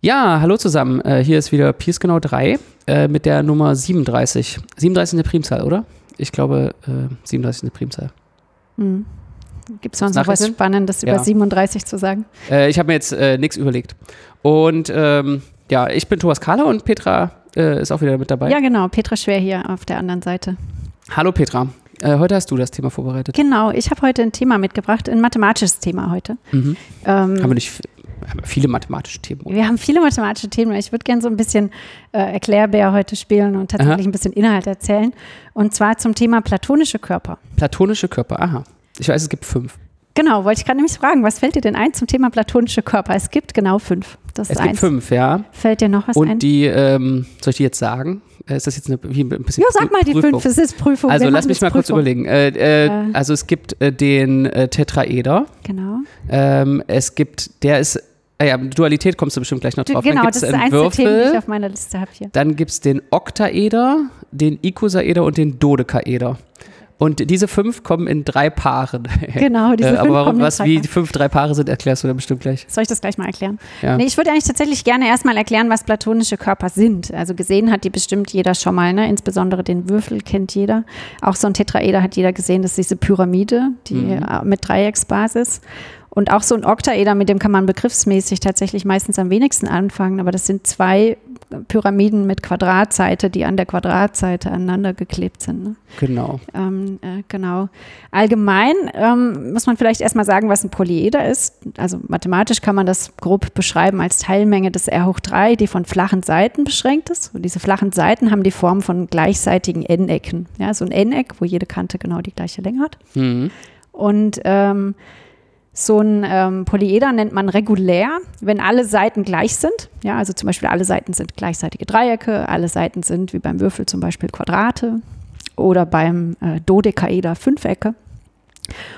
Ja, hallo zusammen. Äh, hier ist wieder Piers genau 3 äh, mit der Nummer 37. 37 ist eine Primzahl, oder? Ich glaube, äh, 37 ist eine Primzahl. Hm. Gibt es sonst noch was Nachrichten? Spannendes über Ja. 37 zu sagen? Äh, ich habe mir jetzt äh, nichts überlegt. Und ähm, ja, ich bin Thomas Kahler und Petra äh, ist auch wieder mit dabei. Ja, genau. Petra Schwer hier auf der anderen Seite. Hallo Petra. Äh, heute hast du das Thema vorbereitet. Genau, ich habe heute ein Thema mitgebracht, ein mathematisches Thema heute. Mhm. Ähm, Haben wir nicht haben wir viele mathematische Themen. oder? wir haben viele mathematische Themen. Ich würde gerne so ein bisschen äh, Erklärbär heute spielen und tatsächlich ein bisschen Inhalt erzählen. Und zwar zum Thema platonische Körper. Platonische Körper, aha. Ich weiß, es gibt fünf. Genau, wollte ich gerade nämlich fragen, was fällt dir denn ein zum Thema platonische Körper? Es gibt genau fünf. Das es ist gibt eins. fünf, ja. Fällt dir noch was und ein? die, ähm, soll ich die jetzt sagen? Äh, Ist das jetzt eine, wie ein bisschen Ja, sag mal die Prüfung? fünf, es ist Prüfung. Also Wir lass machen mich jetzt mal kurz Prüfung. überlegen. Äh, äh, Äh. Also es gibt äh, den äh, Tetraeder. Genau. Ähm, es gibt, der ist, ah ja, Dualität kommst du bestimmt gleich noch drauf. genau, dann das gibt's ist einen eins der Themen, die ich Würfel. auf meiner Liste habe hier. Dann gibt es den Oktaeder, den Ikosaeder und den Dodekaeder. Und diese fünf kommen in drei Paaren. Genau, diese äh, fünf aber warum, kommen in was drei wie Paaren. die fünf drei Paare sind, erklärst du dann bestimmt gleich. Soll ich das gleich mal erklären? Ja. Nee, ich würde eigentlich tatsächlich gerne erstmal erklären, was platonische Körper sind. Also gesehen hat die bestimmt jeder schon mal, ne? insbesondere den Würfel kennt jeder. Auch so ein Tetraeder hat jeder gesehen, das ist diese Pyramide die, Mhm. äh, mit Dreiecksbasis. Und auch so ein Oktaeder, mit dem kann man begriffsmäßig tatsächlich meistens am wenigsten anfangen, aber das sind zwei Pyramiden mit Quadratseite, die an der Quadratseite aneinander geklebt sind. Ne? Genau. Ähm, äh, genau. Allgemein ähm, muss man vielleicht erstmal sagen, was ein Polyeder ist. Also mathematisch kann man das grob beschreiben als Teilmenge des R hoch 3, die von flachen Seiten beschränkt ist. Und diese flachen Seiten haben die Form von gleichseitigen N-Ecken. Ja, so ein N-Eck, wo jede Kante genau die gleiche Länge hat. Mhm. Und ähm, so ein ähm, Polyeder nennt man regulär, wenn alle Seiten gleich sind. Ja, also zum Beispiel alle Seiten sind gleichseitige Dreiecke, alle Seiten sind wie beim Würfel zum Beispiel Quadrate oder beim äh, Dodekaeder Fünfecke.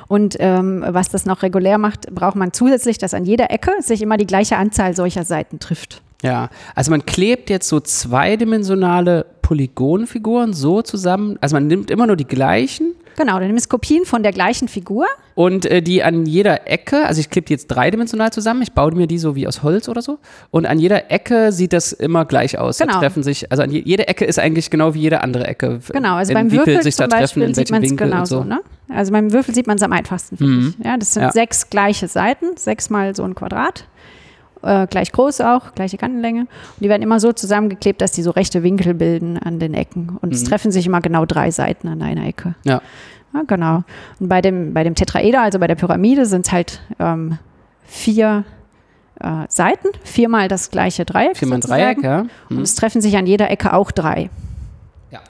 Und ähm, was das noch regulär macht, braucht man zusätzlich, dass an jeder Ecke sich immer die gleiche Anzahl solcher Seiten trifft. Ja, also man klebt jetzt so zweidimensionale Polygonfiguren so zusammen. Also man nimmt immer nur die gleichen Genau, dann nimmst Kopien von der gleichen Figur. und äh, die an jeder Ecke, also ich klebe die jetzt dreidimensional zusammen, ich baue mir die so wie aus Holz oder so. Und an jeder Ecke sieht das immer gleich aus. Da Genau. treffen sich, also an je, jede Ecke ist eigentlich genau wie jede andere Ecke. Genau, also in beim wie viel Würfel sich zum da treffen, Beispiel in sieht welchem man es Winkel und genauso. so. Mhm. Ne? Also beim Würfel sieht man es am einfachsten, finde ich. Ja, das sind Ja. sechs gleiche Seiten, sechsmal so ein Quadrat, äh, gleich groß auch, gleiche Kantenlänge. Und die werden immer so zusammengeklebt, dass die so rechte Winkel bilden an den Ecken. Und Mhm. es treffen sich immer genau drei Seiten an einer Ecke. Ja. Ja, genau. Und bei dem, bei dem Tetraeder, also bei der Pyramide, sind es halt ähm, vier äh, Seiten, viermal das gleiche Dreieck. Viermal ein sozusagen. Dreieck, ja. Mhm. Und es treffen sich an jeder Ecke auch drei. Ja.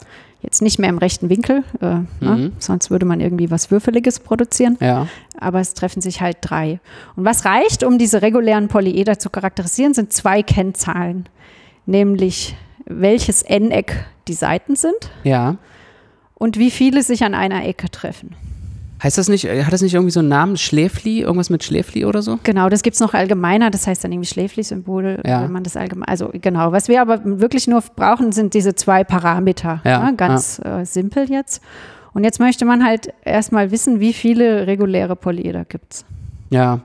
Jetzt nicht mehr im rechten Winkel, äh, ne? sonst würde man irgendwie was Würfeliges produzieren, Mhm. Ja. aber es treffen sich halt drei. Und was reicht, um diese regulären Polyeder zu charakterisieren, sind zwei Kennzahlen, nämlich welches N-Eck die Seiten sind Ja. und wie viele sich an einer Ecke treffen. Heißt das nicht, äh, hat das nicht irgendwie so einen Namen? Schläfli? Irgendwas mit Schläfli oder so? Genau, das gibt es noch allgemeiner, das heißt dann irgendwie Schläfli-Symbol, Ja. wenn man das allgemein, also genau. Was wir aber wirklich nur brauchen, sind diese zwei Parameter, Ja, ne? ganz äh, simpel jetzt. Und jetzt möchte man halt erstmal wissen, wie viele reguläre Polyeder gibt es. Ja.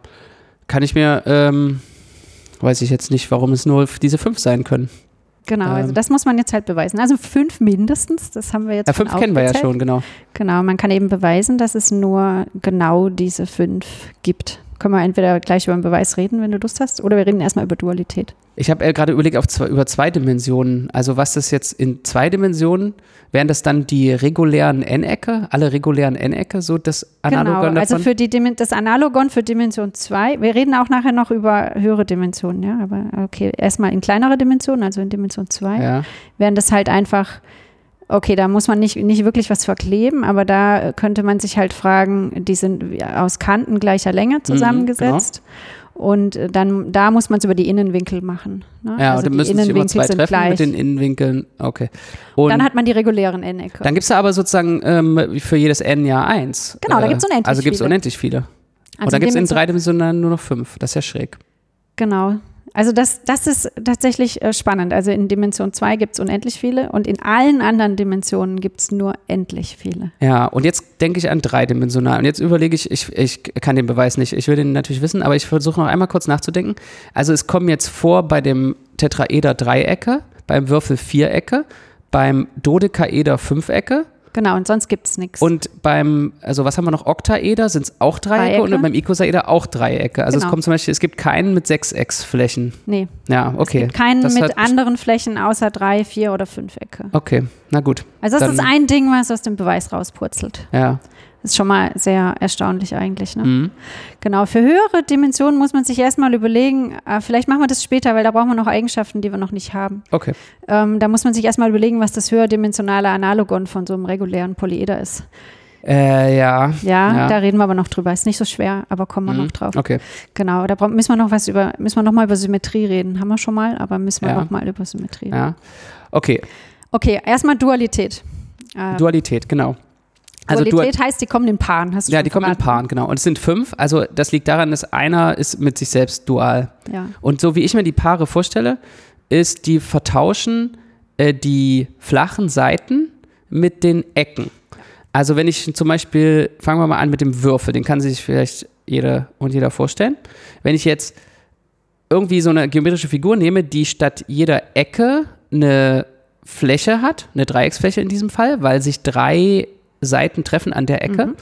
Kann ich mir, ähm, weiß ich jetzt nicht, warum es nur diese fünf sein können. Genau, also Ähm. das muss man jetzt halt beweisen. Also fünf mindestens, das haben wir jetzt Ja, schon fünf kennen wir ja aufgezählt. schon, genau. Genau, man kann eben beweisen, dass es nur genau diese fünf gibt. Können wir entweder gleich über den Beweis reden, wenn du Lust hast, oder wir reden erstmal über Dualität. Ich habe äh, gerade überlegt auf zwei, über zwei Dimensionen. Also was das jetzt in zwei Dimensionen, wären das dann die regulären N-Ecke, alle regulären N-Ecke, so das Analogon genau, also davon? für die Dimen- das Analogon für Dimension 2. Wir reden auch nachher noch über höhere Dimensionen, ja, aber okay, erstmal in kleinere Dimensionen, also in Dimension 2, ja. wären das halt einfach okay, da muss man nicht nicht wirklich was verkleben, aber da äh, könnte man sich halt fragen, die sind wie aus Kanten gleicher Länge Mhm, zusammengesetzt. genau. Und äh, dann, da muss man es über die Innenwinkel machen. Ne? ja, also dann die müssen sich immer Innenwinkel zwei sind treffen gleich. mit den Innenwinkeln. Okay. Und dann dann, hat man die regulären N-Ecke. gibt's da aber sozusagen ähm, für jedes N ja eins. Genau, da gibt's unendlich Also gibt's viele. unendlich viele. Also Und dann gibt es in Dimension- drei Dimensionen nur noch fünf. Das ist ja schräg. Genau. Also das, das ist tatsächlich äh, spannend. Also in Dimension 2 gibt es unendlich viele und in allen anderen Dimensionen gibt es nur endlich viele. Ja, und jetzt denke ich an dreidimensional. Und jetzt überlege ich, ich, ich kann den Beweis nicht, ich will den natürlich wissen, aber ich versuche noch einmal kurz nachzudenken. Also es kommen jetzt vor bei dem Tetraeder Dreiecke, beim Würfel Vierecke, beim Dodekaeder Fünfecke Genau, und sonst gibt es nichts. und beim, also was haben wir noch, Oktaeder sind es auch Dreiecke, Dreiecke. und beim Icosaeder auch Dreiecke. Also es Genau. kommt zum Beispiel, es gibt keinen mit Sechsecksflächen. Nee, Ja, okay. gibt keinen Das mit hat- anderen Flächen außer drei, vier oder fünf Ecke. Okay, na gut. Also das Dann- ist ein Ding, was aus dem Beweis rauspurzelt. Ja. Das ist schon mal sehr erstaunlich eigentlich. Ne? Mhm. Genau, für höhere Dimensionen muss man sich erstmal überlegen, äh, vielleicht machen wir das später, weil da brauchen wir noch Eigenschaften, die wir noch nicht haben. Okay. Ähm, da muss man sich erstmal überlegen, was das höherdimensionale Analogon von so einem regulären Polyeder ist. Äh, ja. Ja, Ja. Mhm. da reden wir aber noch drüber. Ist nicht so schwer, aber kommen wir noch drauf. Okay. Genau, da bra- müssen wir noch was über, müssen wir noch mal über Symmetrie reden. Haben wir schon mal, aber müssen wir Ja. noch mal über Symmetrie reden. Ja. Okay. Okay, erstmal Dualität. Äh, Dualität, genau. Dual- Dualität heißt, die kommen in Paaren. Hast du Ja, schon die kommen in verraten. Paaren, genau. Und es sind fünf. Also das liegt daran, dass einer ist mit sich selbst dual. Ja. Und so wie ich mir die Paare vorstelle, ist, die vertauschen äh, die flachen Seiten mit den Ecken. Also wenn ich zum Beispiel, fangen wir mal an mit dem Würfel, den kann sich vielleicht jeder und jeder vorstellen. Wenn ich jetzt irgendwie so eine geometrische Figur nehme, die statt jeder Ecke eine Fläche hat, eine Dreiecksfläche in diesem Fall, weil sich drei Seiten treffen an der Ecke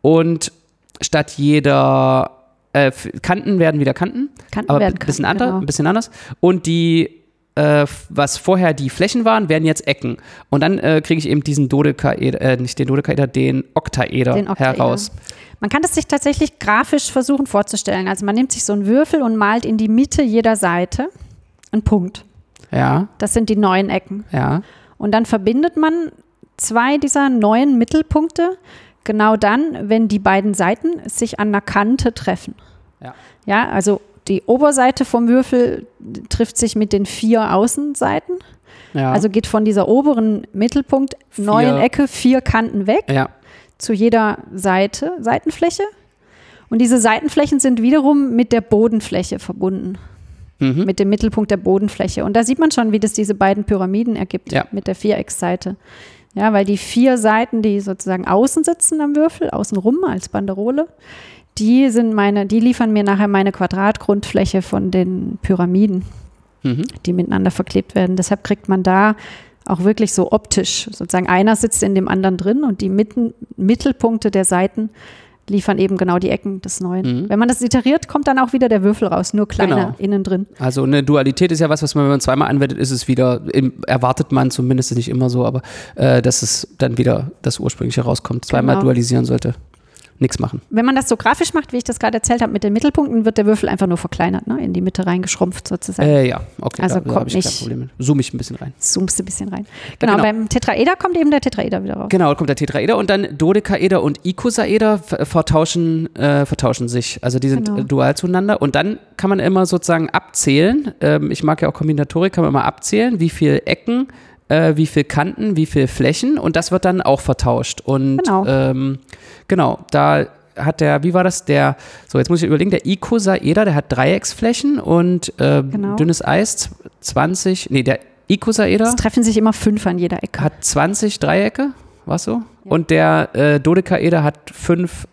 und statt jeder äh, F- Kanten werden wieder Kanten, Kanten aber werden ein bisschen, Kanten, ander, genau. ein bisschen anders. Und die, äh, f- was vorher die Flächen waren, werden jetzt Ecken. Und dann äh, kriege ich eben diesen Dodekaeder, äh, nicht den Dodekaeder, den Oktaeder, Den Oktaeder. heraus. Man kann das sich tatsächlich grafisch versuchen vorzustellen. Also man nimmt sich so einen Würfel und malt in die Mitte jeder Seite einen Punkt. Ja, Das sind die neun Ecken. ja. Und dann verbindet man zwei dieser neuen Mittelpunkte genau dann, wenn die beiden Seiten sich an einer Kante treffen. Ja. Ja, also die Oberseite vom Würfel trifft sich mit den vier Außenseiten. ja. Also geht von dieser oberen Mittelpunkt neuen Ecke vier Kanten weg ja. zu jeder Seite, Seitenfläche. Und diese Seitenflächen sind wiederum mit der Bodenfläche verbunden. Mhm. Mit dem Mittelpunkt der Bodenfläche. Und da sieht man schon, wie das diese beiden Pyramiden ergibt Ja. mit der Vierecksseite. Ja, weil die vier Seiten, die sozusagen außen sitzen am Würfel, außen rum als Banderole, die sind meine, die liefern mir nachher meine Quadratgrundfläche von den Pyramiden, Mhm. die miteinander verklebt werden. Deshalb kriegt man da auch wirklich so optisch. Sozusagen einer sitzt in dem anderen drin und die Mitten, Mittelpunkte der Seiten liefern eben genau die Ecken des Neuen. Wenn man das iteriert, kommt dann auch wieder der Würfel raus, nur kleiner Mhm. Genau. innen drin. Also eine Dualität ist ja was, was man, wenn man zweimal anwendet, ist es wieder, im, erwartet man zumindest ist nicht immer so, aber äh, dass es dann wieder das ursprüngliche rauskommt. Zweimal Genau. dualisieren sollte. Nichts machen. Wenn man das so grafisch macht, wie ich das gerade erzählt habe, mit den Mittelpunkten, wird der Würfel einfach nur verkleinert, ne? in die Mitte reingeschrumpft sozusagen. Äh, ja, okay, Also da, da kommt habe ich kein nicht- Problem mit. Zoom ich ein bisschen rein. Zoomst du ein bisschen rein. Genau, Äh, genau. beim Tetraeder kommt eben der Tetraeder wieder raus. Genau, da kommt der Tetraeder und dann Dodekaeder und Icosaeder ver- vertauschen, äh, vertauschen sich. Also die sind Genau. äh, dual zueinander. Und dann kann man immer sozusagen abzählen. Ähm, ich mag ja auch Kombinatorik, kann man immer abzählen, wie viel Ecken, äh, wie viel Kanten, wie viel Flächen. Und das wird dann auch vertauscht. Und Genau. ähm, genau, da hat der, wie war das, der, so jetzt muss ich überlegen, der Icosaeder, der hat Dreiecksflächen und ähm, Genau. dünnes Eis, 20, nee, der Icosaeder Es treffen sich immer fünf an jeder Ecke. Genau. hat 20 Dreiecke, war's so? Und der äh, Dodekaeder hat fünf,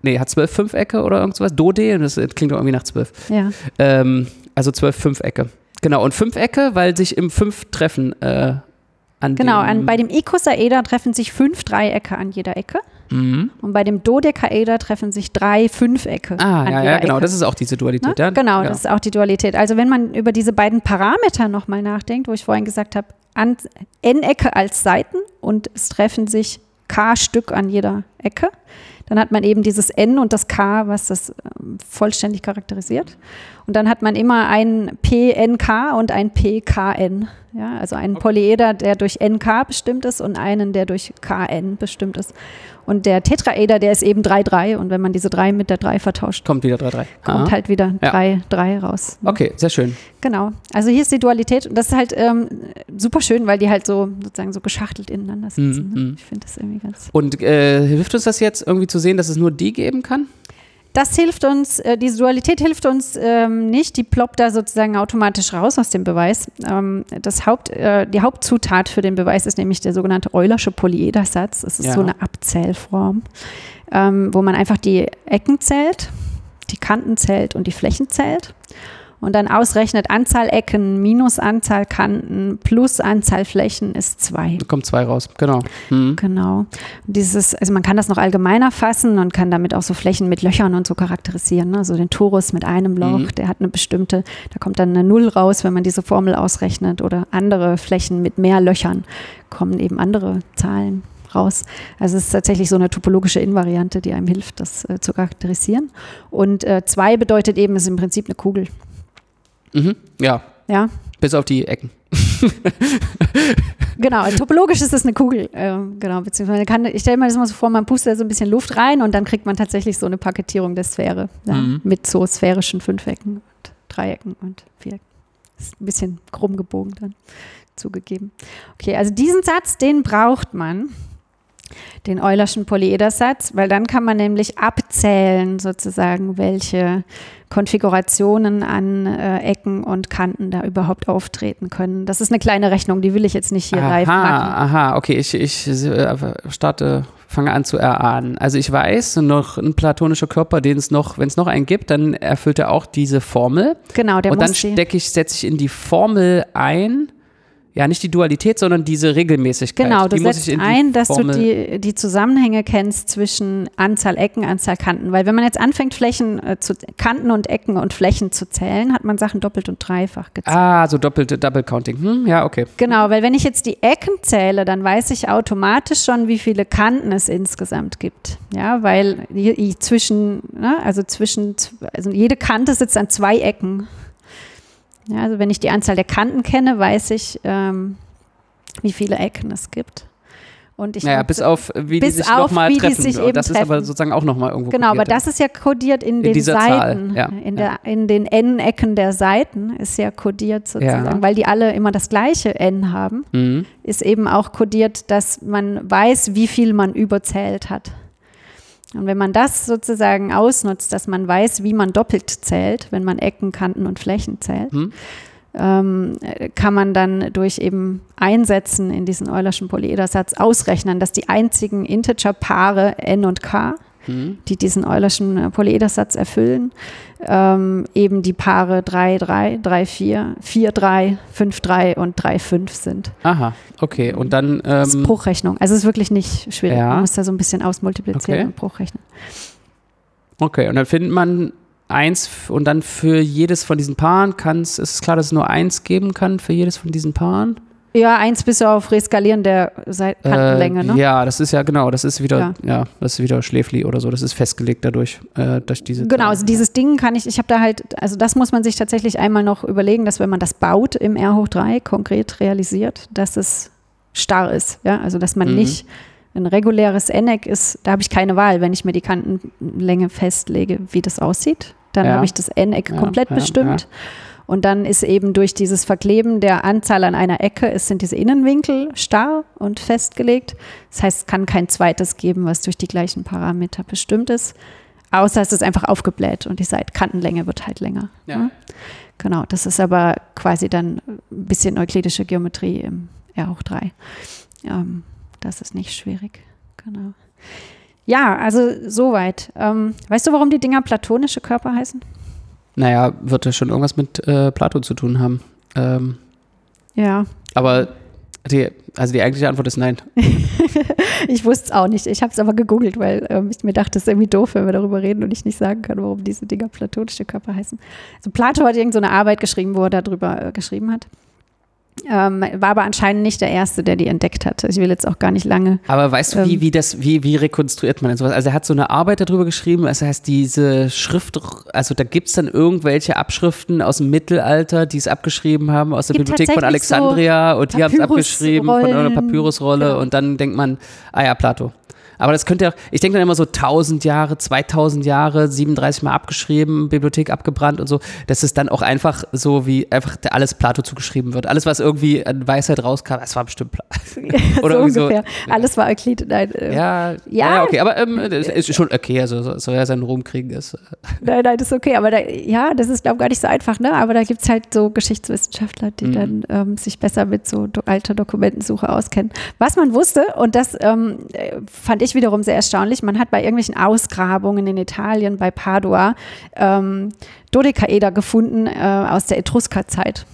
nee, hat zwölf Fünfecke oder irgend sowas. Dode, das klingt doch irgendwie nach zwölf. ja. Ähm, also zwölf Fünfecke. Genau, und Fünfecke, weil sich im Fünf treffen äh, an Genau, dem, an, bei dem Icosaeder treffen sich fünf Dreiecke an jeder Ecke. Mhm. Und bei dem Dodekaeder treffen sich drei Fünfecke Ah, an ja, jeder ja, genau, Ecke. das ist auch diese Dualität. Ne? Ja? Genau, ja. das ist auch die Dualität. Also wenn man über diese beiden Parameter nochmal nachdenkt, wo ich vorhin gesagt habe, an N-Ecke als Seiten und es treffen sich K-Stück an jeder Ecke, dann hat man eben dieses N und das K, was das ähm, vollständig charakterisiert. Und dann hat man immer ein PNK und ein PKN. Ja, also einen Polyeder, der durch NK bestimmt ist und einen, der durch KN bestimmt ist. Und der Tetraeder, der ist eben 3,3. Und wenn man diese 3 mit der 3 vertauscht, Kommt wieder 3-3. kommt halt wieder Ah. Ja. drei, drei raus. Okay, sehr schön. Genau. Also hier ist die Dualität und das ist halt ähm, super schön, weil die halt so sozusagen so geschachtelt ineinander sitzen. ne? Ich finde das irgendwie ganz. Und äh, hilft uns das jetzt irgendwie zu sehen, dass es nur die geben kann? das hilft uns, äh, diese Dualität hilft uns ähm, nicht, die ploppt da sozusagen automatisch raus aus dem Beweis. Ähm, das Haupt, äh, die Hauptzutat für den Beweis ist nämlich der sogenannte Eulersche Polyedersatz. Es ist Ja. so eine Abzählform, ähm, wo man einfach die Ecken zählt, die Kanten zählt und die Flächen zählt. Und dann ausrechnet Anzahl Ecken minus Anzahl Kanten plus Anzahl Flächen ist zwei. Da kommt zwei raus, genau. Hm. Genau. Dieses, also man kann das noch allgemeiner fassen und kann damit auch so Flächen mit Löchern und so charakterisieren. Ne? Also den Torus mit einem Loch, der hat eine bestimmte, da kommt dann eine Null raus, wenn man diese Formel ausrechnet. Oder andere Flächen mit mehr Löchern kommen eben andere Zahlen raus. Also es ist tatsächlich so eine topologische Invariante, die einem hilft, das äh, zu charakterisieren. Und äh, zwei bedeutet eben, es ist im Prinzip eine Kugel. Mhm. Ja, Ja, bis auf die Ecken. Genau, topologisch ist es eine Kugel. Ähm, genau, beziehungsweise kann, ich stelle mir das immer so vor, man pustet da so ein bisschen Luft rein und dann kriegt man tatsächlich so eine Paketierung der Sphäre. Ja, Mit so sphärischen Fünfecken und Dreiecken und Vierecken. Ist ein bisschen krumm gebogen dann zugegeben. Okay, also diesen Satz, den braucht man, den Eulerschen Polyedersatz, weil dann kann man nämlich abzählen sozusagen, welche Konfigurationen an äh, Ecken und Kanten da überhaupt auftreten können. Das ist eine kleine Rechnung, die will ich jetzt nicht hier live machen. aha, aha, okay, ich, ich äh, starte, fange an zu erahnen. Also ich weiß, noch ein platonischer Körper, den es noch, wenn es noch einen gibt, dann erfüllt er auch diese Formel. Genau, der und dann halt- muss die- stecke ich, setze ich in die Formel ein, ja, nicht die Dualität, sondern diese Regelmäßigkeit. Genau, die du muss setzt ich in die ein, dass Formel, du die, die Zusammenhänge kennst zwischen Anzahl Ecken, Anzahl Kanten. Weil wenn man jetzt anfängt, Flächen äh, zu Kanten und Ecken und Flächen zu zählen, hat man Sachen doppelt und dreifach gezählt. Ah, so doppelte Double Counting. Hm, ja, okay. Genau, weil wenn ich jetzt die Ecken zähle, dann weiß ich automatisch schon, wie viele Kanten es insgesamt gibt. Ja, weil je- je- zwischen, ne, also zwischen, zw- also jede Kante sitzt an zwei Ecken. Ja, also wenn ich die Anzahl der Kanten kenne, weiß ich, ähm, wie viele Ecken es gibt. Und ich Naja, nutze- bis auf, wie bis die sich auf, nochmal wie die treffen. sich Und eben das ist aber treffen. sozusagen auch nochmal irgendwo Genau, aber kodiert, ja. das ist ja kodiert in, den dieser Zahl, Seiten. ja, in, der, in den N-Ecken der Seiten ist ja kodiert sozusagen, Ja. weil die alle immer das gleiche N haben, Mhm. ist eben auch kodiert, dass man weiß, wie viel man überzählt hat. Und wenn man das sozusagen ausnutzt, dass man weiß, wie man doppelt zählt, wenn man Ecken, Kanten und Flächen zählt, Mhm. ähm, äh, kann man dann durch eben Einsetzen in diesen Eulerschen Polyedersatz ausrechnen, dass die einzigen Integerpaare n und k, Mhm. die diesen Eulerschen äh, Polyedersatz erfüllen, ähm, eben die Paare 3, 3, 3, 4, 4, 3, 5, 3 und 3, 5 sind. Aha, okay. Und dann. Ähm, Das ist Bruchrechnung. Also es ist wirklich nicht schwierig. Ja. Man muss da so ein bisschen ausmultiplizieren Okay. und Bruchrechnen. Okay, und dann findet man eins f- und dann für jedes von diesen Paaren kann's, ist es klar, dass es nur eins geben kann für jedes von diesen Paaren? Ja, eins bis auf Reskalieren der Seit- Kantenlänge, äh, ne? Ja, das ist ja genau, das ist wieder, ja, Ja. das ist wieder Schläfli oder so, das ist festgelegt dadurch, äh, durch diese. Genau, also dieses Ding kann ich, ich habe da halt, also das muss man sich tatsächlich einmal noch überlegen, dass wenn man das baut im R hoch 3 konkret realisiert, dass es starr ist. Ja? Also dass man Mhm. nicht ein reguläres Eneck ist, da habe ich keine Wahl, wenn ich mir die Kantenlänge festlege, wie das aussieht. Dann Ja. habe ich das N-Eck Ja, komplett ja, bestimmt. Und dann ist eben durch dieses Verkleben der Anzahl an einer Ecke, es sind diese Innenwinkel starr und festgelegt. Das heißt, es kann kein zweites geben, was durch die gleichen Parameter bestimmt ist. Außer es ist einfach aufgebläht und die Seitkantenlänge wird halt länger. Ja. ne? Genau, das ist aber quasi dann ein bisschen euklidische Geometrie im R hoch 3. Ähm, das ist nicht schwierig. Genau. Ja, also soweit. Ähm, weißt du, warum die Dinger platonische Körper heißen? Naja, wird ja schon irgendwas mit äh, Plato zu tun haben. Ähm, Ja, aber die, also die eigentliche Antwort ist nein. ich wusste es auch nicht. Ich habe es aber gegoogelt, weil ähm, ich mir dachte, es ist irgendwie doof, wenn wir darüber reden und ich nicht sagen kann, warum diese Dinger platonische Körper heißen. Also Plato hat irgendeine so eine Arbeit geschrieben, wo er darüber äh, geschrieben hat. Ähm, war aber anscheinend nicht der Erste, der die entdeckt hat. Ich will jetzt auch gar nicht lange Aber weißt du, wie, Ähm. wie das, wie, wie rekonstruiert man denn sowas? Also er hat so eine Arbeit darüber geschrieben, das heißt, diese Schrift, also da gibt es dann irgendwelche Abschriften aus dem Mittelalter, die es abgeschrieben haben aus der Gibt Bibliothek von tatsächlich so Alexandria und die haben es abgeschrieben von einer Papyrusrollen. Papyrusrolle Genau. und dann denkt man, ah ja, Plato. Aber das könnte ja, ich denke dann immer so 1000 Jahre, 2000 Jahre, 37 Mal abgeschrieben, Bibliothek abgebrannt und so, dass es dann auch einfach so wie einfach alles Plato zugeschrieben wird. Alles, was irgendwie an Weisheit rauskam, das war bestimmt Plato. so irgendwie so- ungefähr. Alles war Euklid. Nein, äh, Ja, Ja. ja, okay, aber ähm, das ist schon okay, also so- soll ja sein Ruhm kriegen ist. äh, nein, nein, das ist okay. Aber da, ja, das ist, glaube ich, gar nicht so einfach. Ne? Aber da gibt es halt so Geschichtswissenschaftler, die dann ähm, sich besser mit so do alter Dokumentensuche auskennen. Was man wusste, und das ähm, äh, fand ich wiederum sehr erstaunlich, man hat bei irgendwelchen Ausgrabungen in Italien, bei Padua, ähm, Dodekaeder gefunden äh, aus der Etruskerzeit.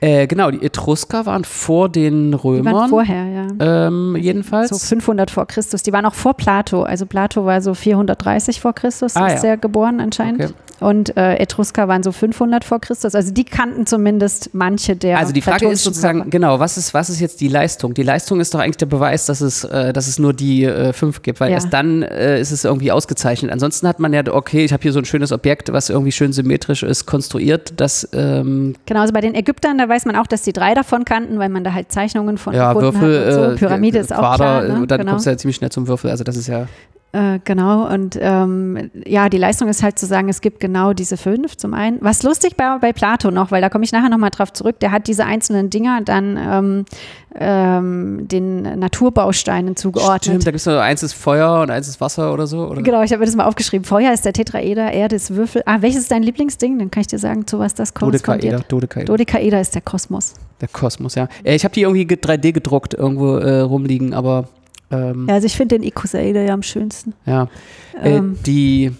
Äh, genau, die Etrusker waren vor den Die waren Römern. vorher, ja. ähm, jedenfalls. So 500 vor Christus. Die waren auch vor Plato. Also Plato war so 430 vor Christus, Ah, ist ja. er geboren anscheinend. Okay. Und äh, Etrusker waren so 500 vor Christus. Also die kannten zumindest manche der. also die Frage ist platonischen sozusagen, Körper. genau, was ist, was ist jetzt die Leistung? Die Leistung ist doch eigentlich der Beweis, dass es, äh, dass es nur die äh, fünf gibt, weil Ja. erst dann äh, ist es irgendwie ausgezeichnet. Ansonsten hat man ja, okay, ich habe hier so ein schönes Objekt, was irgendwie schön symmetrisch ist, konstruiert, das ähm, Genau, also bei den Ägyptern, da weiß man auch, dass die drei davon kannten, weil man da halt Zeichnungen von ja, gefunden Würfel, hat. Und so. äh, Pyramide ist auch Quader, äh, klar. Ne? und dann genau. kommst du ja ziemlich schnell zum Würfel. Also das ist ja. Äh, genau, und ähm, ja, die Leistung ist halt zu sagen, es gibt genau diese fünf zum einen. Was lustig bei, bei Plato noch, weil da komme ich nachher nochmal drauf zurück, der hat diese einzelnen Dinger dann ähm, ähm, den Naturbausteinen zugeordnet. Stimmt, da gibt es nur eins ist Feuer und eins ist Wasser oder so. Oder? Genau, ich habe mir das mal aufgeschrieben. Feuer ist der Tetraeder, Erde ist Würfel. Ah, welches ist dein Lieblingsding? Dann kann ich dir sagen, zu was das Dodekaeder, Mhm. korrespondiert. Dodekaeder. Dodekaeder ist der Kosmos. Der Kosmos, ja. Äh, Ich habe die irgendwie ge- 3D gedruckt irgendwo äh, rumliegen, aber ähm, Ja, also ich finde den Ikosaeder ja am schönsten. ja. Äh, Ähm, die,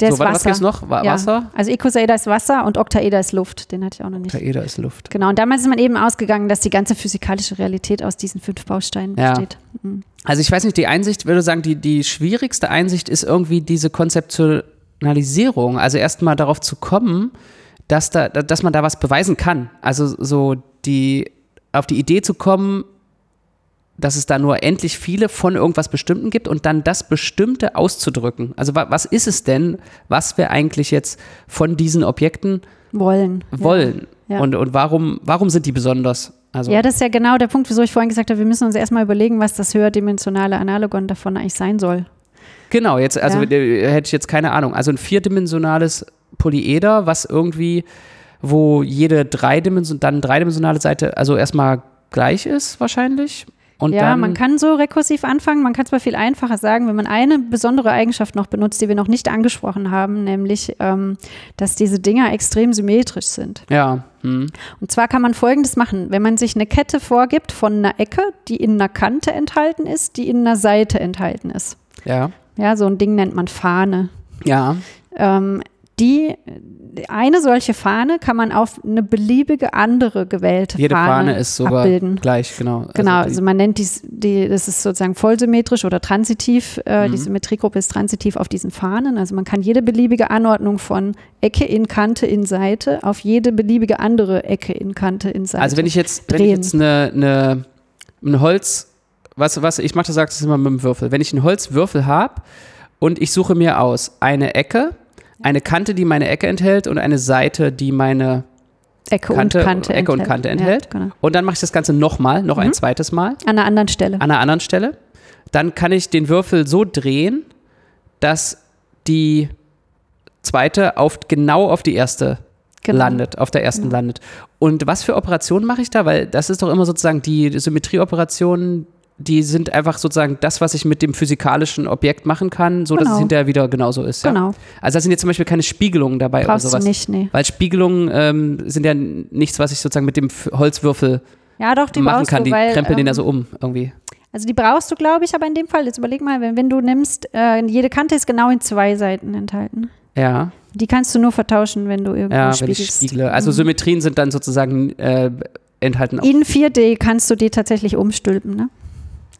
Der so, ist warte, was Wasser. gibt's noch? Wa Ja. Wasser? Also Ikosaeder ist Wasser und Oktaeder ist Luft. Den hatte ich auch noch nicht. Taeda ist Luft. Genau, und damals ist man eben ausgegangen, dass die ganze physikalische Realität aus diesen fünf Bausteinen Ja. besteht. Also ich weiß nicht, die Einsicht, würde sagen, die, die schwierigste Einsicht ist irgendwie diese Konzeptionalisierung. Also erstmal darauf zu kommen, dass, da, dass man da was beweisen kann. Also so die, auf die Idee zu kommen, dass es da nur endlich viele von irgendwas Bestimmten gibt und dann das Bestimmte auszudrücken. Also wa was ist es denn, was wir eigentlich jetzt von diesen Objekten Wollen. wollen? Ja. Und, und warum, warum sind die besonders? Also, Ja, das ist ja genau der Punkt, wieso ich vorhin gesagt habe, wir müssen uns erstmal überlegen, was das höherdimensionale Analogon davon eigentlich sein soll. Genau, jetzt, also Ja. äh, hätte ich jetzt keine Ahnung. Also ein vierdimensionales Polyeder, was irgendwie, wo jede dreidimension, dann dreidimensionale Seite, also erstmal gleich ist wahrscheinlich. Und ja, dann, man kann so rekursiv anfangen, man kann es mal viel einfacher sagen, wenn man eine besondere Eigenschaft noch benutzt, die wir noch nicht angesprochen haben, nämlich, ähm, dass diese Dinger extrem symmetrisch sind. Ja, hm. Und zwar kann man Folgendes machen. Wenn man sich eine Kette vorgibt von einer Ecke, die in einer Kante enthalten ist, die in einer Seite enthalten ist. ja, Ja, so ein Ding nennt man Fahne. ja. Ähm, die eine solche Fahne kann man auf eine beliebige andere gewählte Jede Fahne, Fahne, ist sogar abbilden. gleich, genau. Genau, die- also man nennt dies, die, das ist sozusagen vollsymmetrisch oder transitiv. Äh, Mhm. Die Symmetriegruppe ist transitiv auf diesen Fahnen. Also man kann jede beliebige Anordnung von Ecke in Kante in Seite auf jede beliebige andere Ecke in Kante in Seite. also wenn ich jetzt, wenn ich drehen. jetzt eine, eine, ein Holz, was, was ich mache, sagst du immer mit dem Würfel. Wenn ich einen Holzwürfel habe und ich suche mir aus eine Ecke, eine Kante, die meine Ecke enthält und eine Seite, die meine Ecke Kante- und Kante Ecke und Kante enthält. Ja, genau. Und dann mache ich das Ganze nochmal, noch ein zweites Mal, An einer anderen Stelle. an einer anderen Stelle. Dann kann ich den Würfel so drehen, dass die zweite auf, genau auf die erste Genau. landet, auf der ersten landet. Und was für Operationen mache ich da? Weil das ist doch immer sozusagen die Symmetrieoperationen, die sind einfach sozusagen das, was ich mit dem physikalischen Objekt machen kann, so dass Genau. es hinterher wieder genauso ist. Ja? Genau. Also da sind jetzt zum Beispiel keine Spiegelungen dabei Brauchst oder sowas. du nicht, nee. Weil Spiegelungen ähm, sind ja nichts, was ich sozusagen mit dem F- Holzwürfel Ja, doch, die machen brauchst kann, du, die weil, krempeln den ähm, da so um irgendwie. Also die brauchst du, glaube ich, aber in dem Fall, jetzt überleg mal, wenn, wenn du nimmst, äh, jede Kante ist genau in zwei Seiten enthalten. Ja, Die kannst du nur vertauschen, wenn du irgendwie ja wenn ich spiegelst. Mhm. spiegle. Also Symmetrien sind dann sozusagen äh, enthalten. auch- in 4D kannst du die tatsächlich umstülpen, ne?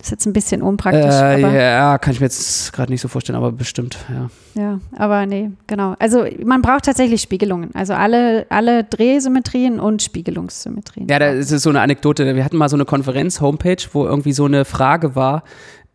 Ist jetzt ein bisschen unpraktisch, Äh, aber, ja, kann ich mir jetzt gerade nicht so vorstellen, aber bestimmt, ja. ja, aber nee, genau. Also man braucht tatsächlich Spiegelungen. Also alle, alle Drehsymmetrien und Spiegelungssymmetrien. Ja, da ist es so eine Anekdote. Wir hatten mal so eine Konferenz-Homepage, wo irgendwie so eine Frage war,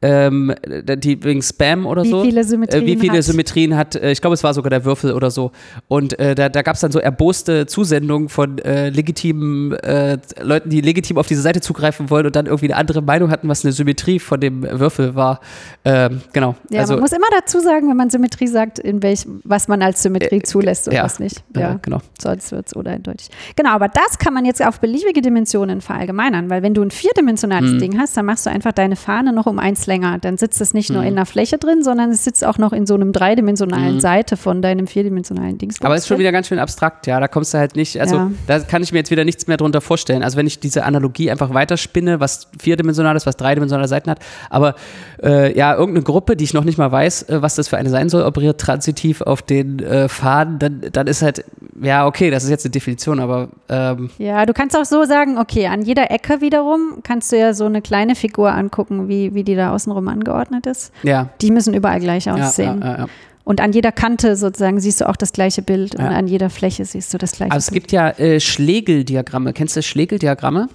ähm, die wegen Spam oder Wie so. viele Symmetrien äh, wie viele hat. Symmetrien hat, äh, ich glaube, es war sogar der Würfel oder so. Und äh, da, da gab es dann so erboste Zusendungen von äh, legitimen äh, Leuten, die legitim auf diese Seite zugreifen wollen und dann irgendwie eine andere Meinung hatten, was eine Symmetrie von dem Würfel war. Ähm, genau. Ja, also, man muss immer dazu sagen, wenn man Symmetrie sagt, in welch, was man als Symmetrie zulässt und Äh, ja, was nicht. äh, Ja. genau. Sonst wird es uneindeutig. Genau, aber das kann man jetzt auf beliebige Dimensionen verallgemeinern, weil wenn du ein vierdimensionales Hm. Ding hast, dann machst du einfach deine Fahne noch um eins länger. Dann sitzt es nicht nur Hm. in einer Fläche drin, sondern es sitzt auch noch in so einem dreidimensionalen Seite von deinem vierdimensionalen Dings. Aber es ist schon wieder ganz schön abstrakt, ja. Da kommst du halt nicht, also Ja. da kann ich mir jetzt wieder nichts mehr drunter vorstellen. Also wenn ich diese Analogie einfach weiterspinne, was vierdimensionales, was dreidimensionale Seiten hat, aber äh, ja, irgendeine Gruppe, die ich noch nicht mal weiß, äh, was das für eine sein soll, operiert transitiv auf den äh, Faden, dann, dann ist halt, ja, okay, das ist jetzt eine Definition, aber ähm, Ja, du kannst auch so sagen, okay, an jeder Ecke wiederum kannst du ja so eine kleine Figur angucken, wie, wie die da außenrum angeordnet ist. ja. Die müssen überall gleich Ja, aussehen. ja, ja, ja. Und an jeder Kante sozusagen siehst du auch das gleiche Bild und Ja. an jeder Fläche siehst du das gleiche Aber es Bild. gibt ja äh, Schlegeldiagramme. Kennst du Schlegeldiagramme?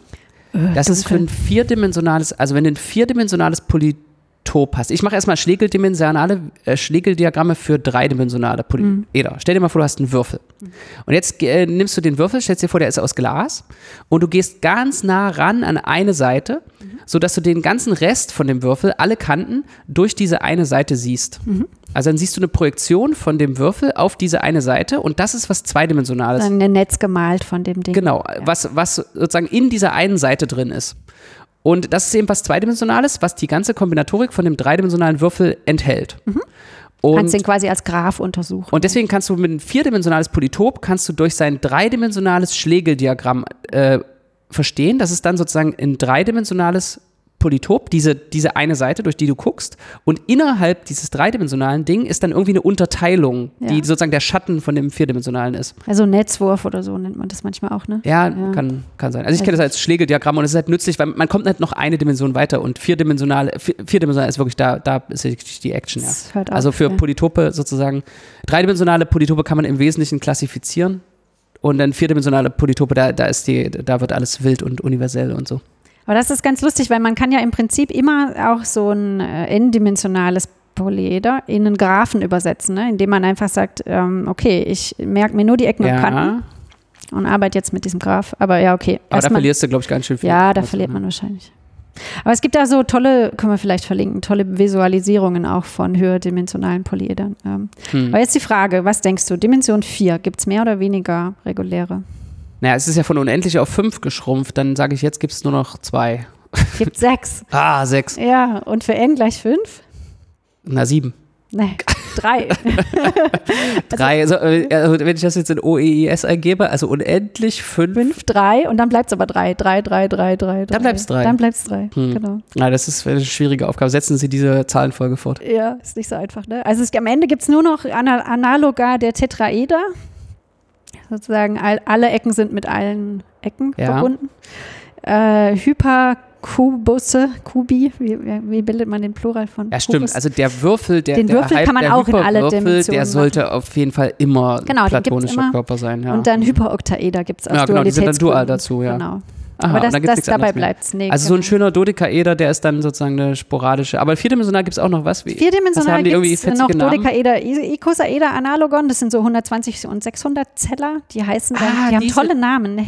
Das ist für ein vierdimensionales, also wenn du ein vierdimensionales Polytop hast. Ich mache erstmal Schlegeldimensionale, äh, Schlegeldiagramme für dreidimensionale Polyeder. Stell dir mal vor, du hast einen Würfel. Und jetzt äh, nimmst du den Würfel, stellst dir vor, der ist aus Glas und du gehst ganz nah ran an eine Seite, sodass du den ganzen Rest von dem Würfel, alle Kanten, durch diese eine Seite siehst. Also dann siehst du eine Projektion von dem Würfel auf diese eine Seite und das ist was Zweidimensionales. Dann ein Netz gemalt von dem Ding. Genau, was, was sozusagen in dieser einen Seite drin ist. Und das ist eben was Zweidimensionales, was die ganze Kombinatorik von dem dreidimensionalen Würfel enthält. Mhm. Und, Kannst den quasi als Graph untersuchen. und deswegen kannst du mit einem vierdimensionales Polytop, kannst du durch sein dreidimensionales Schlegeldiagramm äh, verstehen. Das ist dann sozusagen ein dreidimensionales Polytop, diese, diese eine Seite, durch die du guckst. Und innerhalb dieses dreidimensionalen Ding ist dann irgendwie eine Unterteilung, Ja. die sozusagen der Schatten von dem vierdimensionalen ist. also Netzwurf oder so nennt man das manchmal auch, ne? Ja, Kann, kann sein. Also ich kenne das als Schlägeldiagramm und es ist halt nützlich, weil man kommt halt noch eine Dimension weiter und vierdimensional, vier, vierdimensional ist wirklich da, da ist wirklich die Action, ja. Das hört auf, also für ja. Polytope sozusagen, dreidimensionale Polytope kann man im Wesentlichen klassifizieren und dann vierdimensionale Polytope, da, da ist die, da wird alles wild und universell und so. Aber das ist ganz lustig, weil man kann ja im Prinzip immer auch so ein äh, n-dimensionales Polyeder in einen Graphen übersetzen, ne? indem man einfach sagt, ähm, okay, ich merke mir nur die Ecken und Kanten Ja, und arbeite jetzt mit diesem Graph. Aber ja, okay. aber da erstmal- verlierst du, glaube ich, ganz schön viel. Ja, da Also, verliert man wahrscheinlich. Aber es gibt da so tolle, können wir vielleicht verlinken, tolle Visualisierungen auch von höherdimensionalen Polyedern. Ähm, Hm. Aber jetzt die Frage, was denkst du? Dimension 4, gibt es mehr oder weniger reguläre? Naja, es ist ja von unendlich auf fünf geschrumpft, dann sage ich, jetzt gibt es nur noch zwei. Gibt sechs. Ah, sechs. Ja, und für n gleich 5? Na, sieben. Nee, drei. Drei, also, äh, also wenn ich das jetzt in OEIS eingebe, also unendlich fünf. Fünf, drei und dann bleibt es aber drei. Drei, drei, drei, drei, drei. Dann bleibt's drei. Hm. Dann bleibt es drei, genau. Na, das ist eine schwierige Aufgabe. Setzen Sie diese Zahlenfolge fort. Ja, ist nicht so einfach, ne? Also es, am Ende gibt es nur noch ana analoger der Tetraeder. Sozusagen all, alle Ecken sind mit allen Ecken Ja. verbunden. Äh, Hyperkubusse, Kubi, wie, wie bildet man den Plural von Ja, stimmt. Kubus? Also der Würfel, der, Den der Würfel kann man der auch in alle Hyperwürfel, Dimensionen Der sollte auf jeden Fall immer Genau, den gibt's platonischer immer. Körper sein. Ja. Und dann Hyperoktaeder gibt es aus Ja, genau, die sind dann dual dazu, Dualitätsgründen. ja. Genau. Aha, Aber und das, dann gibt's das nichts dabei anderes mehr. bleibt es. Nee, also so ein genau. schöner Dodekaeder, der ist dann sozusagen eine sporadische. Aber vierdimensional gibt es auch noch was. Wie, was Vierdimensional haben die irgendwie gibt es noch fetzige Namen? Dodekaeder, I- Icosaeder, Analogon, das sind so 120 und 600 Zeller, die heißen dann, Ah, die haben diese- tolle Namen,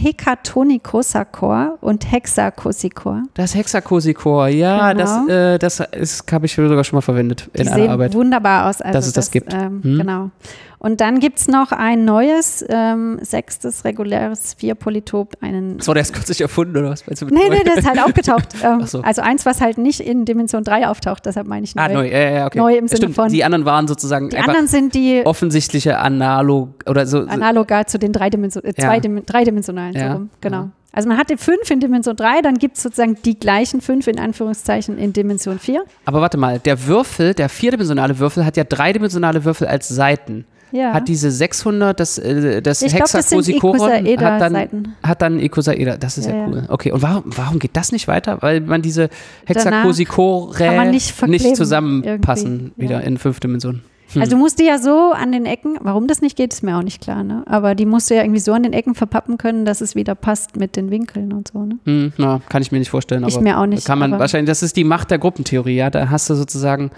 Hekatonikosakor und Hexakosikor. Das Hexakosikor, ja, Genau. das, äh, das ist, habe ich sogar schon mal verwendet Die in einer sehen Arbeit. wunderbar aus. Also Dass es das gibt. Hm? Ähm, Genau. Und dann gibt es noch ein neues, ähm, sechstes reguläres Vierpolytop, einen Das wurde erst kürzlich erfunden, oder was meinst du mit Nee, neu? nee, das ist halt aufgetaucht. Ähm, Ach so. Also eins, was halt nicht in Dimension 3 auftaucht, deshalb meine ich neu. Ah, neu, ja, ja, okay. Neu im Sinne Stimmt, von- die anderen waren sozusagen Die einfach anderen sind die offensichtliche analog oder so. so- analoger zu den dreidimension äh, Also Ja. zweidim- dreidimensionalen. Ja, So rum. Genau. ja. Also man hatte fünf in Dimension 3, dann gibt es sozusagen die gleichen fünf in Anführungszeichen in Dimension 4. Aber warte mal, der Würfel, der vierdimensionale Würfel hat ja dreidimensionale Würfel als Seiten. Ja. Hat diese 600, das, äh, das Ich glaub, das sind Hexakosikoron hat dann, Icosaeder-Seiten. hat dann Icosaeder. Das ist ja, Ja, ja. cool. Okay, und warum, warum geht das nicht weiter? Weil man diese Danach Hexakosikore kann man nicht verkleben zusammenpassen irgendwie. wieder Ja. in fünf Dimensionen. Also du musst die ja so an den Ecken, warum das nicht geht, ist mir auch nicht klar, ne? Aber die musst du ja irgendwie so an den Ecken verpappen können, dass es wieder passt mit den Winkeln und so, ne? Hm, na, kann ich mir nicht vorstellen. Genau, Aber Ich mir auch nicht, Kann man aber- wahrscheinlich, das ist die Macht der Gruppentheorie, ja. Da hast du sozusagen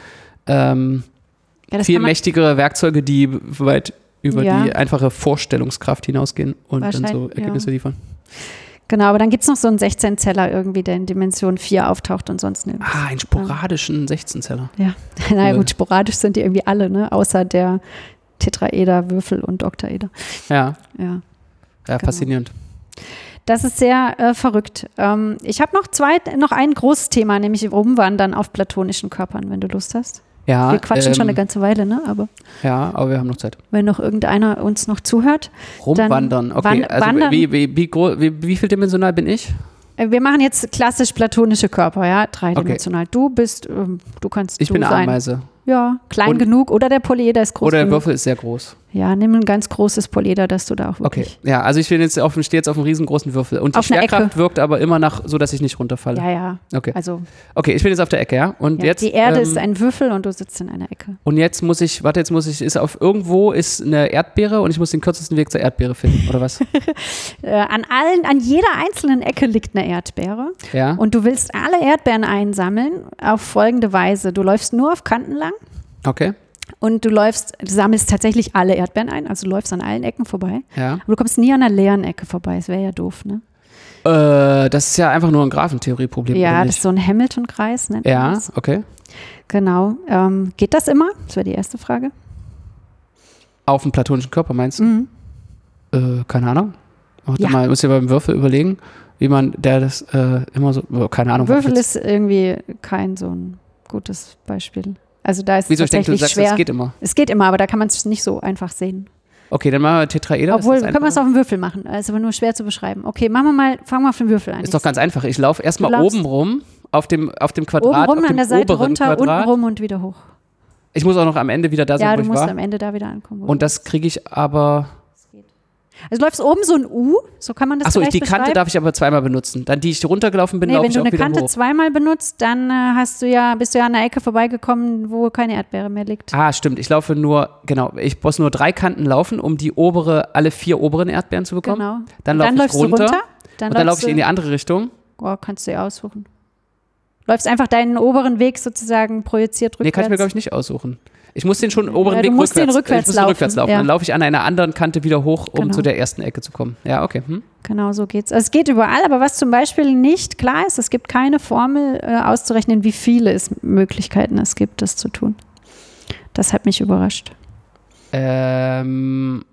ähm, Ja, das viel kann man mächtigere Werkzeuge, die weit über Ja. die einfache Vorstellungskraft hinausgehen und dann so Wahrscheinlich, ja. Ergebnisse liefern. Genau, aber dann gibt es noch so einen 16-Zeller irgendwie, der in Dimension 4 auftaucht und sonst nirgends. Ah, einen sporadischen 16-Zeller. Ja, naja Cool. gut, sporadisch sind die irgendwie alle, ne? Außer der Tetraeder, Würfel und Oktaeder. Ja, Ja. ja Genau. faszinierend. Das ist sehr äh, verrückt. Ähm, ich habe noch zwei, noch ein großes Thema, nämlich Rumwandern auf platonischen Körpern, wenn du Lust hast. Ja, Wir quatschen ähm, schon eine ganze Weile, ne? Aber Ja, aber wir haben noch Zeit. wenn noch irgendeiner uns noch zuhört. Rumwandern. Okay, wan- also wandern. Wie, wie, wie, gro- wie, wie viel dimensional bin ich? Äh, Wir machen jetzt klassisch platonische Körper, ja, dreidimensional. Du bist, ähm, du kannst Ich du bin eine sein. Ameise. Ja, klein Und- genug oder der Polyeder ist groß Oder der genug. Würfel ist sehr groß. Ja, nimm ein ganz großes Polyeder, dass du da auch Okay. wirklich. Ja, also ich bin jetzt auf, stehe jetzt auf einem riesengroßen Würfel. Und die Auf einer Schwerkraft Ecke. wirkt aber immer nach, so dass ich nicht runterfalle. Ja, ja. Okay. Also Okay, ich bin jetzt auf der Ecke, ja. Und ja, jetzt. die Erde ähm, ist ein Würfel und du sitzt in einer Ecke. Und jetzt muss ich, warte, jetzt muss ich, ist auf irgendwo ist eine Erdbeere und ich muss den kürzesten Weg zur Erdbeere finden, oder was? Äh, an allen, an jeder einzelnen Ecke liegt eine Erdbeere Ja. und du willst alle Erdbeeren einsammeln auf folgende Weise. Du läufst nur auf Kanten lang Okay. und du läufst, du sammelst tatsächlich alle Erdbeeren ein, also du läufst an allen Ecken vorbei. Ja. Aber du kommst nie an einer leeren Ecke vorbei, es wäre ja doof, ne? Äh, das ist ja einfach nur ein Graphentheorieproblem. Ja, oder das ist nicht? so ein Hamilton-Kreis, nennt man Ja, das. okay. Genau. Ähm, geht das immer? Das wäre die erste Frage. Auf dem platonischen Körper meinst du? Äh, keine Ahnung. Warte Mhm. Ja. mal, muss ja beim Würfel überlegen, wie man, der das äh, immer so, oh, keine Ahnung. Würfel was jetzt- ist irgendwie kein so ein gutes Beispiel. Also da ist Wieso es ich denke, du tatsächlich sagst, schwer. das geht immer. Es geht immer, aber da kann man es nicht so einfach sehen. Okay, dann machen wir Tetraeder. ist Obwohl, das können wir es auf den Würfel machen. Ist aber nur schwer zu beschreiben. Okay, machen wir mal, fangen wir auf den Würfel an. Ist doch ganz einfach. Ich laufe Du erstmal laufst- oben rum auf dem, auf dem Oben Quadrat, rum, auf dem an der Seite oberen runter, Quadrat. unten rum und wieder hoch. Ich muss auch noch am Ende wieder da sein, Ja, wo du ich musst war. am Ende da wieder ankommen. wo Und du- das kriege ich aber. also du läufst oben so ein U, so kann man das Achso, vielleicht die Kante beschreiben. darf ich aber zweimal benutzen. Dann, die ich runtergelaufen bin, Nee, laufe wenn ich du auch eine wieder Kante hoch. zweimal benutzt, dann äh, hast du ja, bist du ja an einer Ecke vorbeigekommen, wo keine Erdbeere mehr liegt. Ah, stimmt. Ich laufe nur, genau, ich muss nur drei Kanten laufen, um die obere, alle vier oberen Erdbeeren zu bekommen. genau. Dann Dann laufe ich läufst runter, du runter. Dann und dann laufe läufst ich in du- die andere Richtung. Oh, kannst du dir aussuchen. Läufst einfach deinen oberen Weg sozusagen projiziert rückwärts. Nee, kann ich mir, glaube ich, nicht aussuchen. Ich muss den schon oberen Ja, du Weg musst den rückwärts, rückwärts ich muss den laufen, rückwärts laufen. ja. Dann laufe ich an einer anderen Kante wieder hoch, um Genau. zu der ersten Ecke zu kommen. Ja, okay. Hm? Genau, so geht's. Also es geht überall, aber was zum Beispiel nicht klar ist, es gibt keine Formel äh, auszurechnen, wie viele es Möglichkeiten es gibt, das zu tun. Das hat mich überrascht. Ähm,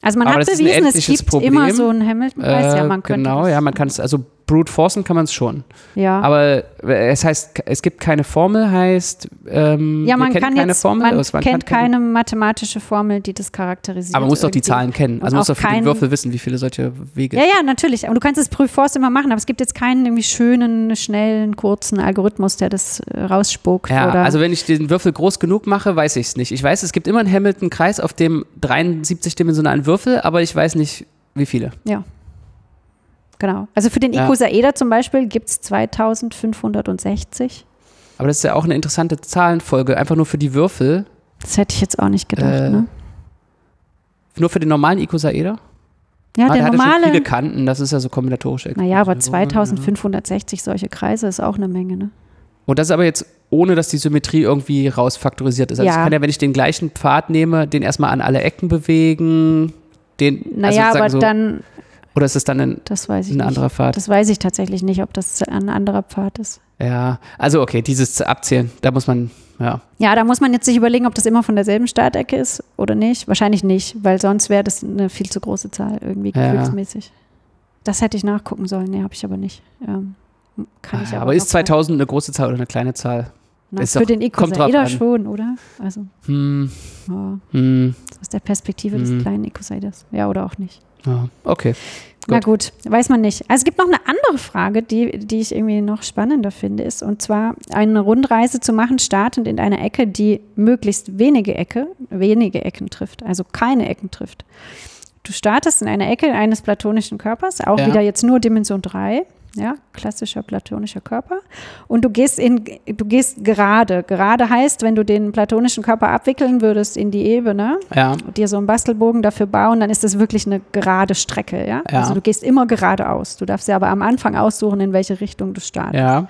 Also man Aber hat das ist ein bewiesen, es endliches gibt Problem. immer so einen Hamilton-Preis. ja, äh, man könnte genau, das, ja, man kann es, also brute forcen kann man es schon. ja. Aber äh, es heißt, es gibt keine Formel, heißt, ähm, ja, man wir kennen kann keine jetzt, Formel. man also kennt keine mathematische Formel, die das charakterisiert. aber man muss doch die irgendwie. Zahlen kennen. Und Also man muss auch doch für den kein- Würfel wissen, wie viele solche Wege. Ja, ja, natürlich. Und du kannst es Prüfforce immer machen, aber es gibt jetzt keinen irgendwie schönen, schnellen, kurzen Algorithmus, der das äh, rausspuckt. Ja, oder also wenn ich den Würfel groß genug mache, weiß ich es nicht. Ich weiß, es gibt immer einen Hamilton-Kreis auf dem 73-dimensionalen Würfel, aber ich weiß nicht, wie viele. Ja. Genau. Also für den Ja. Icosaeder zum Beispiel gibt es 2560. Aber das ist ja auch eine interessante Zahlenfolge, einfach nur für die Würfel. Das hätte ich jetzt auch nicht gedacht. Äh, ne? Nur für den normalen Icosaeder? Ja, Ah, der hat ja schon viele normale. Kanten, das ist ja so kombinatorisch. Also, ne? Naja, aber Ja. 2560 solche Kreise ist auch eine Menge. Ne? Und das ist aber jetzt ohne, dass die Symmetrie irgendwie rausfaktorisiert ist. Also Ja. ich kann ja, wenn ich den gleichen Pfad nehme, den erstmal an alle Ecken bewegen, den, also Naja, sozusagen aber so, dann, oder ist das dann ein, das weiß ich ein nicht. anderer Pfad? Das weiß ich tatsächlich nicht, ob das ein anderer Pfad ist. Ja, also okay, dieses Abzählen, da muss man, ja. Ja, da muss man jetzt sich überlegen, ob das immer von derselben Startecke ist oder nicht. Wahrscheinlich nicht, weil sonst wäre das eine viel zu große Zahl irgendwie Ja. gefühlsmäßig. Das hätte ich nachgucken sollen. Nee, habe ich aber nicht. Ähm, kann ich Ah, aber aber ist noch mal- 2000 eine große Zahl oder eine kleine Zahl? Na, Ist für doch- den kommt drauf Icosaeder an. schon, oder? Also Hm, ja, hm, aus der Perspektive Mhm. des kleinen Icosaeders. Ja, oder auch nicht. ja, okay. Na gut, weiß man nicht. Also es gibt noch eine andere Frage, die, die ich irgendwie noch spannender finde, ist und zwar eine Rundreise zu machen, startend in einer Ecke, die möglichst wenige Ecke, wenige Ecken trifft, also keine Ecken trifft. Du startest in einer Ecke eines platonischen Körpers, auch Ja. wieder jetzt nur Dimension 3. ja, klassischer platonischer Körper. Und du gehst in, du gehst gerade. Gerade heißt, wenn du den platonischen Körper abwickeln würdest in die Ebene, Ja. und dir so einen Bastelbogen dafür bauen, dann ist das wirklich eine gerade Strecke, ja? Ja. Also du gehst immer geradeaus. Du darfst ja aber am Anfang aussuchen, in welche Richtung du startest. Ja.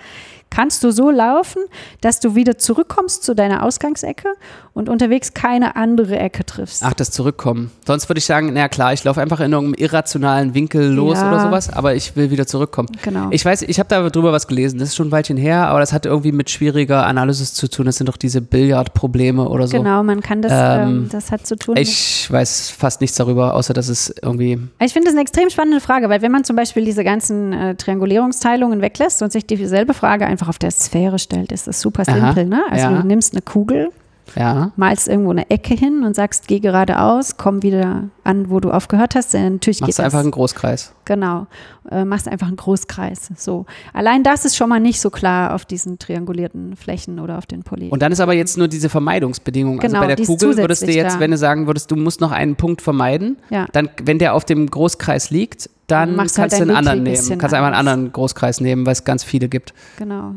Kannst du so laufen, dass du wieder zurückkommst zu deiner Ausgangsecke und unterwegs keine andere Ecke triffst. Ach, das Zurückkommen. Sonst würde ich sagen, na klar, ich laufe einfach in irgendeinem irrationalen Winkel los Ja. oder sowas, aber ich will wieder zurückkommen. Genau. Ich weiß, ich habe darüber was gelesen, das ist schon ein Weilchen her, aber das hat irgendwie mit schwieriger Analysis zu tun. Das sind doch diese Billardprobleme oder so. Genau, man kann das, Ähm, ähm, das hat zu tun. mit- Ich weiß fast nichts darüber, außer dass es irgendwie. ich finde das eine extrem spannende Frage, weil wenn man zum Beispiel diese ganzen äh, Triangulierungsteilungen weglässt und sich dieselbe Frage einfach auf der Sphäre stellt, ist das super Aha, simpel. Ne? Also ja. du nimmst eine Kugel, Ja. malst irgendwo eine Ecke hin und sagst, geh geradeaus, komm wieder an, wo du aufgehört hast. Denn natürlich Machst geht einfach das. einen Großkreis. Genau. Äh, machst einfach einen Großkreis. So. Allein das ist schon mal nicht so klar auf diesen triangulierten Flächen oder auf den Polyedern. Und dann ist aber jetzt nur diese Vermeidungsbedingung. also Genau, bei der die ist Kugel würdest du zusätzlich jetzt, da. wenn du sagen würdest, du musst noch einen Punkt vermeiden, Ja. dann, wenn der auf dem Großkreis liegt, dann Machst kannst halt du einen dein anderen Winkel ein nehmen. bisschen Kannst einfach einen anders. anderen Großkreis nehmen, weil es ganz viele gibt. Genau.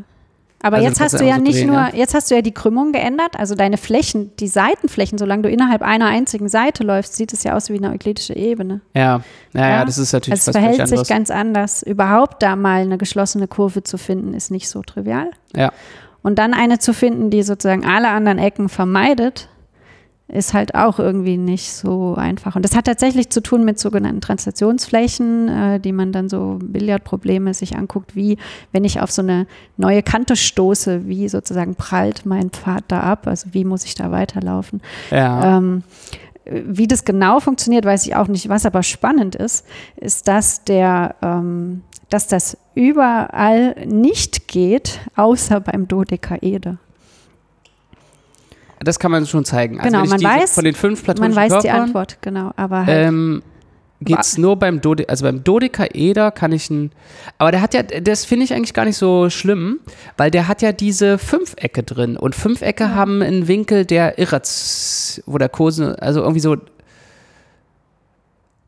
Aber Also jetzt du kannst hast du ja ja auch so nicht drehen, nur, ja. jetzt hast du ja die Krümmung geändert, also deine Flächen, die Seitenflächen, solange du innerhalb einer einzigen Seite läufst, sieht es ja aus wie eine euklidische Ebene. Ja, naja, Ja. das ist natürlich Also es was völlig verhält sich anderes. ganz anders. Überhaupt da mal eine geschlossene Kurve zu finden, ist nicht so trivial. Ja. Und dann eine zu finden, die sozusagen alle anderen Ecken vermeidet, ist halt auch irgendwie nicht so einfach. Und das hat tatsächlich zu tun mit sogenannten Translationsflächen, äh, die man dann so Billardprobleme sich anguckt, wie wenn ich auf so eine neue Kante stoße, wie sozusagen prallt mein Pfad da ab, also wie muss ich da weiterlaufen. Ja. Ähm, wie das genau funktioniert, weiß ich auch nicht. Was aber spannend ist, ist, dass der, ähm, dass das überall nicht geht, außer beim Dodekaeder. Das kann man schon zeigen. Also Genau, wenn ich man diese, weiß- von den fünf Man platonischen weiß die Körpern, Antwort, genau. Aber halt, Ähm, geht es nur beim Dode, also beim Dodekaeder kann ich ein, aber der hat ja, das finde ich eigentlich gar nicht so schlimm, weil der hat ja diese Fünfecke drin und Fünfecke haben einen Winkel, der irraz, wo der Kosen, also irgendwie so,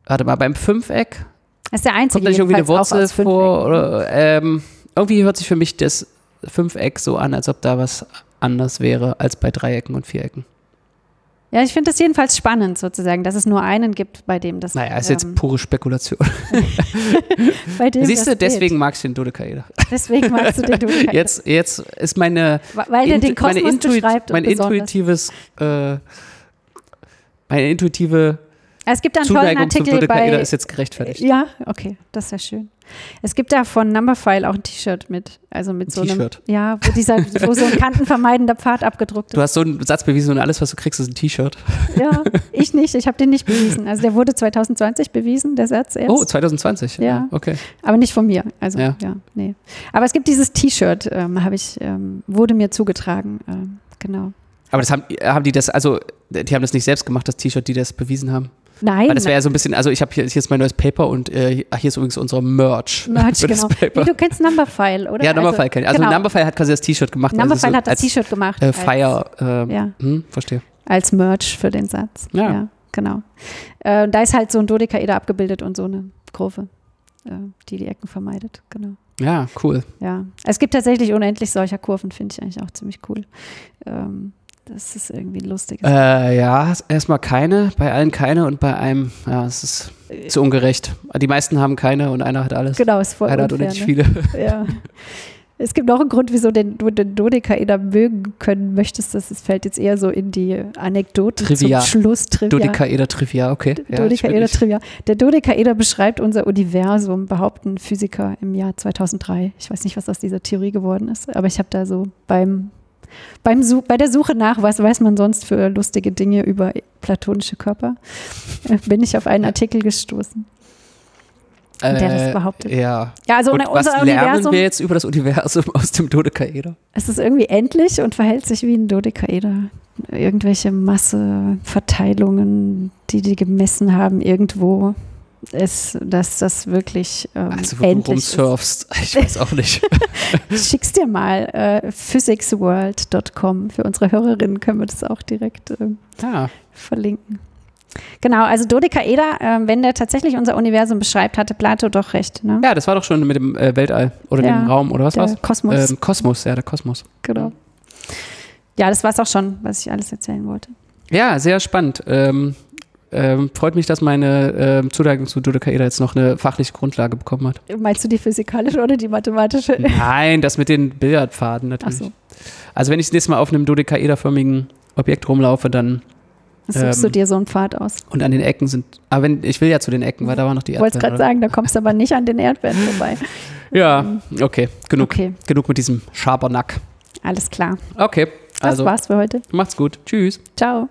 warte mal, beim Fünfeck das ist der einzige. kommt da nicht irgendwie eine jedenfalls auch Wurzel aus fünf vor Ecken. oder, ähm, irgendwie hört sich für mich das Fünfeck so an, als ob da was anders wäre als bei Dreiecken und Vierecken. Ja, ich finde das jedenfalls spannend sozusagen, dass es nur einen gibt, bei dem das. Naja, ist ähm, jetzt pure Spekulation. bei dem Siehst du, das geht. deswegen magst du den Dodekaeder. Deswegen magst du den Dodekaeder. Jetzt, jetzt ist meine, weil der Intu- den Kosmos meine, Intuit- beschreibt. und mein besonders. intuitives, äh, meine intuitive es gibt da einen tollen Zuneigung zum Artikel bei Dodekaeder ist jetzt gerechtfertigt. Ja, okay, das ist ja schön. Es gibt da von Numberphile auch ein T-Shirt mit, also mit Ein so einem, T-Shirt? ja, wo dieser, wo so ein kantenvermeidender Pfad abgedruckt Du ist. hast so einen Satz bewiesen und alles, was du kriegst, ist ein T-Shirt. Ja, ich nicht, ich habe den nicht bewiesen. Also der wurde 2020 bewiesen, der Satz erst, Oh, 2020. Ja. Okay. aber nicht von mir. Also Ja. ja, nee. Aber es gibt dieses T-Shirt, ähm, habe ich, ähm, wurde mir zugetragen, ähm, genau. Aber das haben, haben die das, also die haben das nicht selbst gemacht, das T-Shirt, die das bewiesen haben. Nein, Weil das wäre ja so ein bisschen, also ich habe hier, hier ist mein neues Paper und äh, ach, hier ist übrigens unser Merch. Merch, für genau. das Paper. Nee, du kennst Numberphile, oder? ja, Numberphile also, kennt. Also genau. Numberphile hat quasi das T-Shirt gemacht. also Numberphile so hat das als, T-Shirt gemacht. Äh, als- Fire. Äh, Ja. hm, verstehe. als Merch für den Satz. Ja. Ja. genau. Äh, und da ist halt so ein Dodekaeder abgebildet und so eine Kurve, äh, die die Ecken vermeidet. Genau. Ja, cool. Ja. Es gibt tatsächlich unendlich solcher Kurven, finde ich eigentlich auch ziemlich cool. Ähm, das ist irgendwie ein lustiges. Äh, ja, erstmal keine, bei allen keine und bei einem, ja, es ist zu ungerecht. Die meisten haben keine und einer hat alles. Äh. genau, ist voll Einer hat unfair, unendlich ne? viele. ja. Es gibt noch einen Grund, wieso den, du den Dodekaeder mögen können möchtest. Das das fällt jetzt eher so in die Anekdoten Trivia. zum Schluss. Trivia. Dodekaeder, Trivia, okay. Ja, Dodekaeder ich bin Trivia. Der Dodekaeder beschreibt unser Universum, behaupten Physiker im Jahr 2003. Ich weiß nicht, was aus dieser Theorie geworden ist, aber ich habe da so beim, beim Su bei der Suche nach, was weiß man sonst für lustige Dinge über platonische Körper, äh, bin ich auf einen Artikel gestoßen. nicht- äh, der das behauptet. Ja. Ja, also und unser was lernen Universum, wir jetzt über das Universum aus dem Dodekaeder? es ist irgendwie endlich und verhält sich wie ein Dodekaeder. Irgendwelche Masseverteilungen, die die gemessen haben irgendwo, ist, dass das wirklich ähm, Also, wo du endlich ist. rumsurfst, ich weiß auch nicht. Schick's dir mal äh, Ah. physicsworld.com. Für unsere Hörerinnen können wir das auch direkt ähm, ja. verlinken. Genau, also Dodekaeder, äh, wenn der tatsächlich unser Universum beschreibt, hatte Plato doch recht. Ne? Ja, das war doch schon mit dem äh, Weltall oder Ja, dem Raum oder was der war's? Kosmos. Ähm, Kosmos, ja, der Kosmos. Genau. Ja, das war es auch schon, was ich alles erzählen wollte. Ja, sehr spannend. Ähm, ähm, freut mich, dass meine ähm, Zuneigung zu Dodekaeder jetzt noch eine fachliche Grundlage bekommen hat. Meinst du die physikalische oder die mathematische? Hm. Nein, das mit den Billardpfaden Ach natürlich. so, Also wenn ich das nächste Mal auf einem Dodekaederförmigen Objekt rumlaufe, dann das suchst du Ähm, dir so einen Pfad aus. und an den Ecken sind. Aber wenn, ich will ja zu den Ecken, weil da war noch die Ich wollte Erdbeeren. gerade oder? sagen, da kommst du aber nicht an den Erdbeeren vorbei. Ja, okay, genug, Okay, genug mit diesem Schabernack. alles klar. Okay, Das also war's für heute. macht's gut, tschüss. Ciao.